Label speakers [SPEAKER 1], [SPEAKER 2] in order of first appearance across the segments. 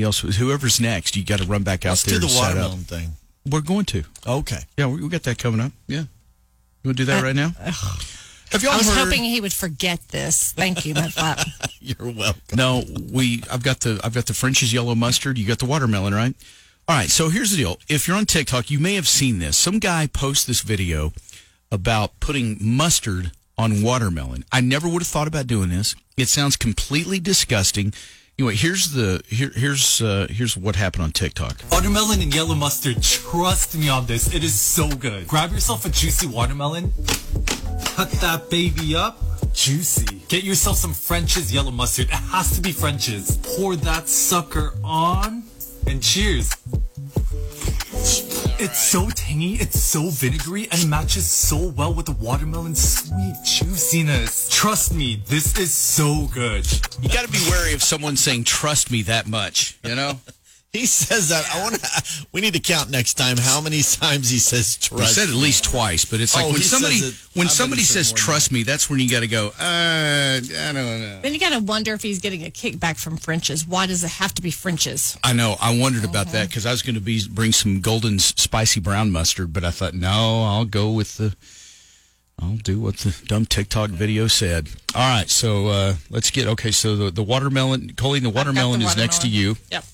[SPEAKER 1] Else, whoever's next, you got to run back out
[SPEAKER 2] Let's
[SPEAKER 1] there.
[SPEAKER 2] do the
[SPEAKER 1] and set up.
[SPEAKER 2] watermelon thing.
[SPEAKER 1] We're going to.
[SPEAKER 2] Okay.
[SPEAKER 1] Yeah, we, we got that coming up. Yeah, you want to do that right now? Have y'all
[SPEAKER 3] I was
[SPEAKER 1] heard?
[SPEAKER 3] hoping he would forget this. Thank you, my flop.
[SPEAKER 2] You're welcome.
[SPEAKER 1] No, we. I've got the. I've got the French's yellow mustard. You got the watermelon, right? All right. So here's the deal. If you're on TikTok, you may have seen this. Some guy posts this video about putting mustard on watermelon. I never would have thought about doing this. It sounds completely disgusting. Anyway, here's the here, here's uh, here's what happened on TikTok.
[SPEAKER 4] Watermelon and yellow mustard, trust me on this, it is so good. Grab yourself a juicy watermelon, cut that baby up, juicy. Get yourself some French's yellow mustard, it has to be French's. Pour that sucker on, and cheers. It's so tangy, it's so vinegary, and matches so well with the watermelon's sweet juiciness. Trust me, this is so good.
[SPEAKER 1] You got to be wary of someone saying "trust me" that much. You know.
[SPEAKER 2] He says that. I want to. We need to count next time how many times he says
[SPEAKER 1] He
[SPEAKER 2] trust.
[SPEAKER 1] said at least twice, but it's like
[SPEAKER 2] Oh,
[SPEAKER 1] when
[SPEAKER 2] he says
[SPEAKER 1] somebody
[SPEAKER 2] it-
[SPEAKER 1] when
[SPEAKER 2] I've
[SPEAKER 1] somebody
[SPEAKER 2] been to
[SPEAKER 1] says
[SPEAKER 2] more than
[SPEAKER 1] "trust me," that's when you got to go. Uh, I don't know.
[SPEAKER 3] then you got to wonder if he's getting a kickback from French's. Why does it have to be French's?
[SPEAKER 1] I know. I wondered about that because I was going to be bring some golden s- spicy brown mustard, but I thought no, I'll go with the. I'll do what the dumb TikTok video said. All right, so uh, let's get okay. So the, the watermelon, Colleen, the
[SPEAKER 3] I've got
[SPEAKER 1] watermelon
[SPEAKER 3] the
[SPEAKER 1] is next to you.
[SPEAKER 3] Yep.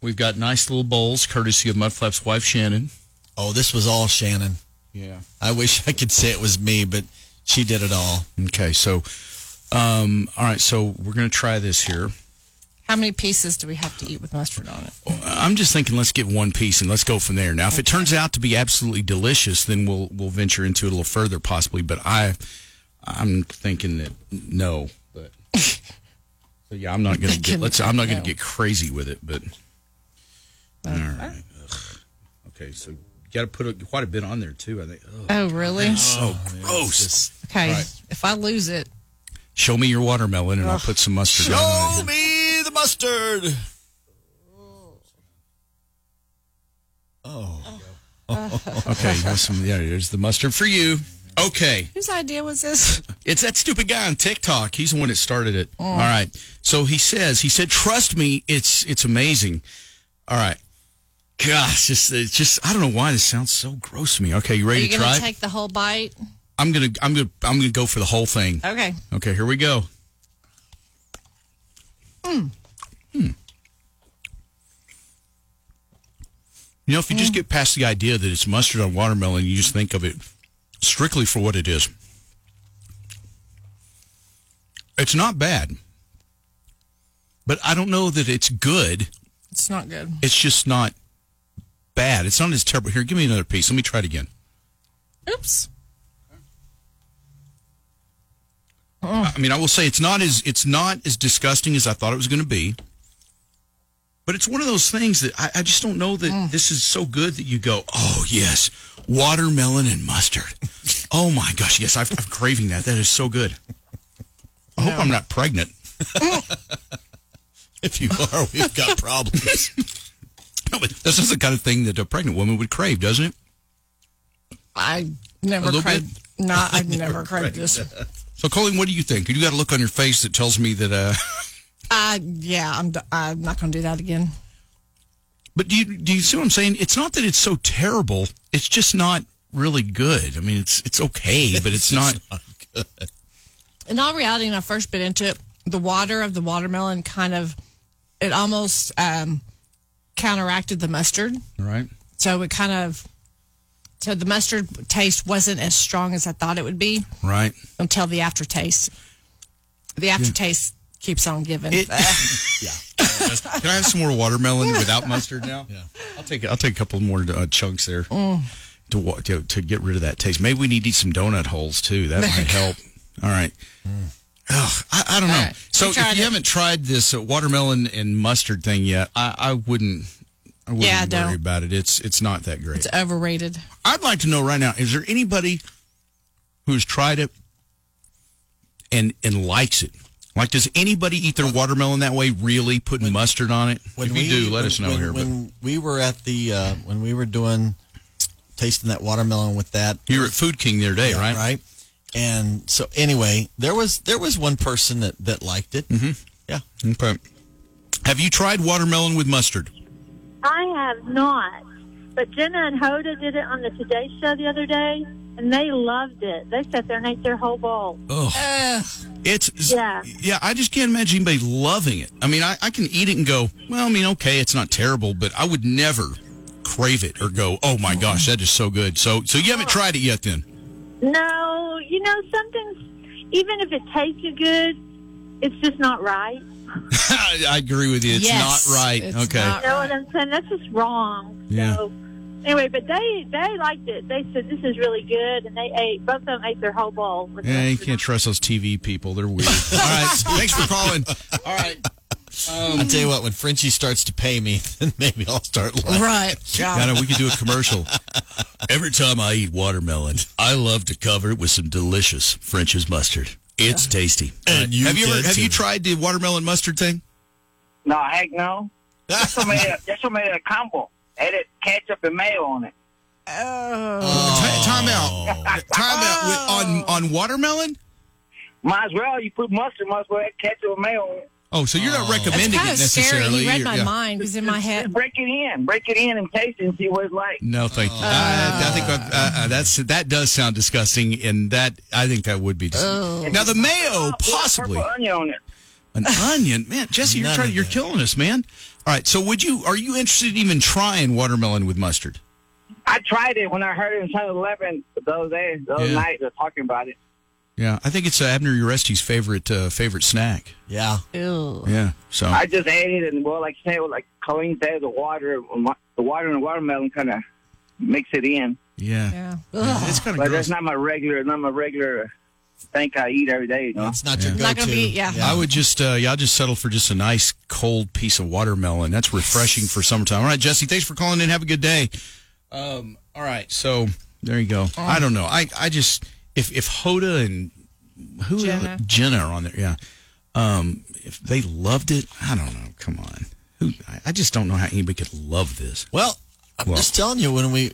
[SPEAKER 1] We've got nice little bowls, courtesy of Mudflap's wife, Shannon.
[SPEAKER 2] oh, this was all Shannon.
[SPEAKER 1] Yeah.
[SPEAKER 2] I wish I could say it was me, but she did it all.
[SPEAKER 1] Okay. So, um, all right. So we're going to try this here.
[SPEAKER 3] How many pieces do we have to eat with mustard on it?
[SPEAKER 1] I'm just thinking, let's get one piece and let's go from there. Now, if it turns out to be absolutely delicious, then we'll we'll venture into it a little further, possibly. But I, I'm thinking that no. But so yeah, I'm not gonna get. Let's. I'm not gonna get crazy with it. But all right. Ugh. Okay, so you got to put a, quite a bit on there too. I think. Ugh.
[SPEAKER 3] Oh, really?
[SPEAKER 1] So
[SPEAKER 2] Oh,
[SPEAKER 1] gross.
[SPEAKER 3] Okay. If I lose it,
[SPEAKER 1] Show me your watermelon, and I'll put some mustard on
[SPEAKER 2] Show
[SPEAKER 1] it.
[SPEAKER 2] me the mustard.
[SPEAKER 1] Okay, you want some, yeah, there's the mustard for you. Okay.
[SPEAKER 3] whose idea was this?
[SPEAKER 1] It's that stupid guy on TikTok. He's the one that started it.
[SPEAKER 3] Oh.
[SPEAKER 1] All right. So he says, he said, trust me, it's it's amazing. All right. Gosh, it's, it's just I don't know why this sounds so gross to me. Okay, you
[SPEAKER 3] Are
[SPEAKER 1] ready
[SPEAKER 3] you
[SPEAKER 1] to
[SPEAKER 3] going
[SPEAKER 1] try?
[SPEAKER 3] to
[SPEAKER 1] it?
[SPEAKER 3] take the whole bite?
[SPEAKER 1] I'm gonna I'm gonna I'm gonna go for the whole thing.
[SPEAKER 3] Okay.
[SPEAKER 1] Okay, here we go. Hmm. You know, if you just get past the idea that it's mustard on watermelon, you just think of it strictly for what it is. It's not bad, but I don't know that it's good.
[SPEAKER 3] It's not good.
[SPEAKER 1] It's just not bad. It's not as terrible. Here, give me another piece. Let me try it again.
[SPEAKER 3] Oops.
[SPEAKER 1] I mean, I will say it's not as it's not as disgusting as I thought it was going to be. But it's one of those things that I, I just don't know that this is so good that you go, oh yes, watermelon and mustard. oh my gosh, yes, I've, I'm craving that. That is so good. I hope I'm not pregnant.
[SPEAKER 2] If you are, we've got problems.
[SPEAKER 1] No, but this is the kind of thing that a pregnant woman would crave, doesn't it?
[SPEAKER 3] I
[SPEAKER 1] A
[SPEAKER 3] never
[SPEAKER 1] little
[SPEAKER 3] cried. Not. I've never cried this.
[SPEAKER 1] So, Colleen, what do you think? You got a look on your face that tells me that. Uh,
[SPEAKER 3] Uh, yeah, I'm. d- I'm not going to do that again.
[SPEAKER 1] but do you do you see what I'm saying? It's not that it's so terrible. It's just not really good. I mean, it's it's okay, but it's not.
[SPEAKER 3] in all reality, when I first bit into it, the water of the watermelon kind of it almost um, counteracted the mustard,
[SPEAKER 1] All right.
[SPEAKER 3] so it kind of so the mustard taste wasn't as strong as I thought it would be
[SPEAKER 1] Right.
[SPEAKER 3] until the aftertaste. The aftertaste keeps on giving.
[SPEAKER 1] Can I have some more watermelon without mustard now?
[SPEAKER 2] Yeah.
[SPEAKER 1] I'll take I'll take a couple more uh, chunks there to, wa- to to get rid of that taste. Maybe we need to eat some donut holes too. That might help. All right. Ugh, I, I don't know.
[SPEAKER 3] All right.
[SPEAKER 1] So
[SPEAKER 3] We
[SPEAKER 1] if you
[SPEAKER 3] tried it.
[SPEAKER 1] haven't tried this uh, watermelon and mustard thing yet, I, I wouldn't. I wouldn't
[SPEAKER 3] Yeah,
[SPEAKER 1] worry
[SPEAKER 3] don't.
[SPEAKER 1] about it. It's it's not that great.
[SPEAKER 3] It's overrated.
[SPEAKER 1] I'd like to know right now: is there anybody who's tried it and and likes it? Like, does anybody eat their watermelon that way? Really, putting mustard on it? if you do, let
[SPEAKER 2] when-
[SPEAKER 1] us know
[SPEAKER 2] when-
[SPEAKER 1] here. but
[SPEAKER 2] When we were at the uh, when we were doing tasting that watermelon with that
[SPEAKER 1] you were at Food King the other day, right?
[SPEAKER 2] right? And so anyway, there was there was one person that that liked it. Mm-hmm. Yeah,
[SPEAKER 1] Okay. Have you tried watermelon with mustard?
[SPEAKER 5] I have not. But Jenna and Hoda did it on the Today Show the other day, and they loved it. They sat there and ate their whole bowl.
[SPEAKER 1] It's yeah.
[SPEAKER 5] Yeah.
[SPEAKER 1] yeah, I just can't imagine anybody loving it. I mean, I, I can eat it and go, well, I mean, okay, it's not terrible, but I would never crave it or go, oh
[SPEAKER 2] Mm-hmm.
[SPEAKER 1] my gosh, that is so good. So, so you haven't tried it yet, then?
[SPEAKER 5] No, you know, something's, even if it tasted good, it's just not right. You
[SPEAKER 1] I, I agree with you. It's
[SPEAKER 3] Yes,
[SPEAKER 1] not right.
[SPEAKER 3] it's
[SPEAKER 1] okay,
[SPEAKER 3] not-
[SPEAKER 5] know what I'm saying? That's just wrong.
[SPEAKER 1] Yeah.
[SPEAKER 5] So, anyway, but they they liked it. They said, this is really good, and they ate, both of them ate their whole bowl. with
[SPEAKER 1] yeah, you
[SPEAKER 5] mustard on
[SPEAKER 1] can't
[SPEAKER 5] it.
[SPEAKER 1] trust those TV people. They're weird. All right, thanks for calling. All right,
[SPEAKER 2] I tell you what, when Frenchie starts to pay me, then maybe I'll start. Laughing.
[SPEAKER 3] Right.
[SPEAKER 1] God, we could do a commercial. Every time I eat watermelon, I love to cover it with some delicious French's mustard. It's tasty.
[SPEAKER 2] And you
[SPEAKER 1] have you ever,
[SPEAKER 2] did
[SPEAKER 1] have you
[SPEAKER 2] too.
[SPEAKER 1] tried the watermelon mustard thing?
[SPEAKER 6] No, heck no. That's what made a, that's what made a combo. Added ketchup and mayo on it.
[SPEAKER 1] Ti- Time out. Time out. With, on on watermelon.
[SPEAKER 6] Might as well you put mustard, might as well add ketchup and mayo on it.
[SPEAKER 1] Oh, so you're not
[SPEAKER 3] That's
[SPEAKER 1] recommending
[SPEAKER 3] kind
[SPEAKER 1] it
[SPEAKER 3] of scary.
[SPEAKER 1] necessarily.
[SPEAKER 3] You read
[SPEAKER 1] You're-
[SPEAKER 3] my
[SPEAKER 1] yeah.
[SPEAKER 3] mind because in my
[SPEAKER 6] Just
[SPEAKER 3] head,
[SPEAKER 6] break it in, break it in and taste it and see what it's like.
[SPEAKER 1] No, thank you. I, I think uh, uh, that's that does sound disgusting, and that I think that would be. Disgusting. Now the mayo, Oh, possibly
[SPEAKER 6] Purple onion on it.
[SPEAKER 1] an onion, man. Jesse, you're
[SPEAKER 2] None
[SPEAKER 1] trying,
[SPEAKER 2] of
[SPEAKER 1] you're
[SPEAKER 2] that.
[SPEAKER 1] killing us, man. All right, so would you? Are you interested in even trying watermelon with mustard?
[SPEAKER 6] I tried it when I heard it in Channel 11 those days, those
[SPEAKER 1] Yeah.
[SPEAKER 6] nights, they're talking about it.
[SPEAKER 1] Yeah, I think it's uh, Abner Uresti's favorite uh, favorite snack.
[SPEAKER 2] Yeah,
[SPEAKER 3] ew.
[SPEAKER 1] Yeah, so
[SPEAKER 6] I just ate it and well, like you said, like Colleen said, the water, the water and the watermelon kind of mix it in.
[SPEAKER 1] yeah,
[SPEAKER 3] Yeah. Ugh.
[SPEAKER 1] it's kind of
[SPEAKER 6] But
[SPEAKER 1] gross.
[SPEAKER 6] that's not my regular, not my regular thing I eat every day. You know?
[SPEAKER 2] it's not your
[SPEAKER 3] Not gonna
[SPEAKER 2] go-to.
[SPEAKER 3] be- yeah.
[SPEAKER 1] I would just, uh, yeah, I'll just settle for just a nice cold piece of watermelon. That's refreshing for summertime. All right, Jesse, thanks for calling in. Have a good day. Um, all right, so there you go. I don't know. I, I just, if, if Hoda and who
[SPEAKER 3] Jenna.
[SPEAKER 1] Jenna are on there, yeah. Um, if they loved it, I don't know. Come on. Who, I, I just don't know how anybody could love this.
[SPEAKER 2] Well, I'm
[SPEAKER 1] Well.
[SPEAKER 2] just telling you when we.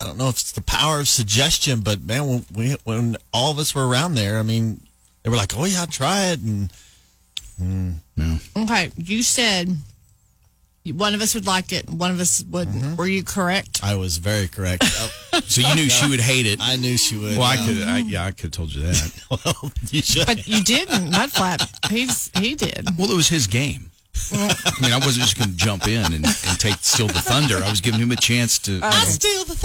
[SPEAKER 2] I don't know if it's the power of suggestion, but man, when we when all of us were around there, I mean, they were like, "Oh yeah, try it," and
[SPEAKER 3] Okay. You said you- one of us would like it, one of us wouldn't. Were you correct?
[SPEAKER 2] I was very correct. I,
[SPEAKER 1] So you knew she would hate it.
[SPEAKER 2] I knew she would.
[SPEAKER 1] well, I
[SPEAKER 2] yeah.
[SPEAKER 1] could, I, yeah, I could have told you that.
[SPEAKER 2] well, you should.
[SPEAKER 3] But you didn't. Mudflap. He's he did.
[SPEAKER 1] Well, it was his game. I mean, I wasn't just going to jump in and, and take steal the thunder. I was giving him a chance to. you know.
[SPEAKER 3] steal the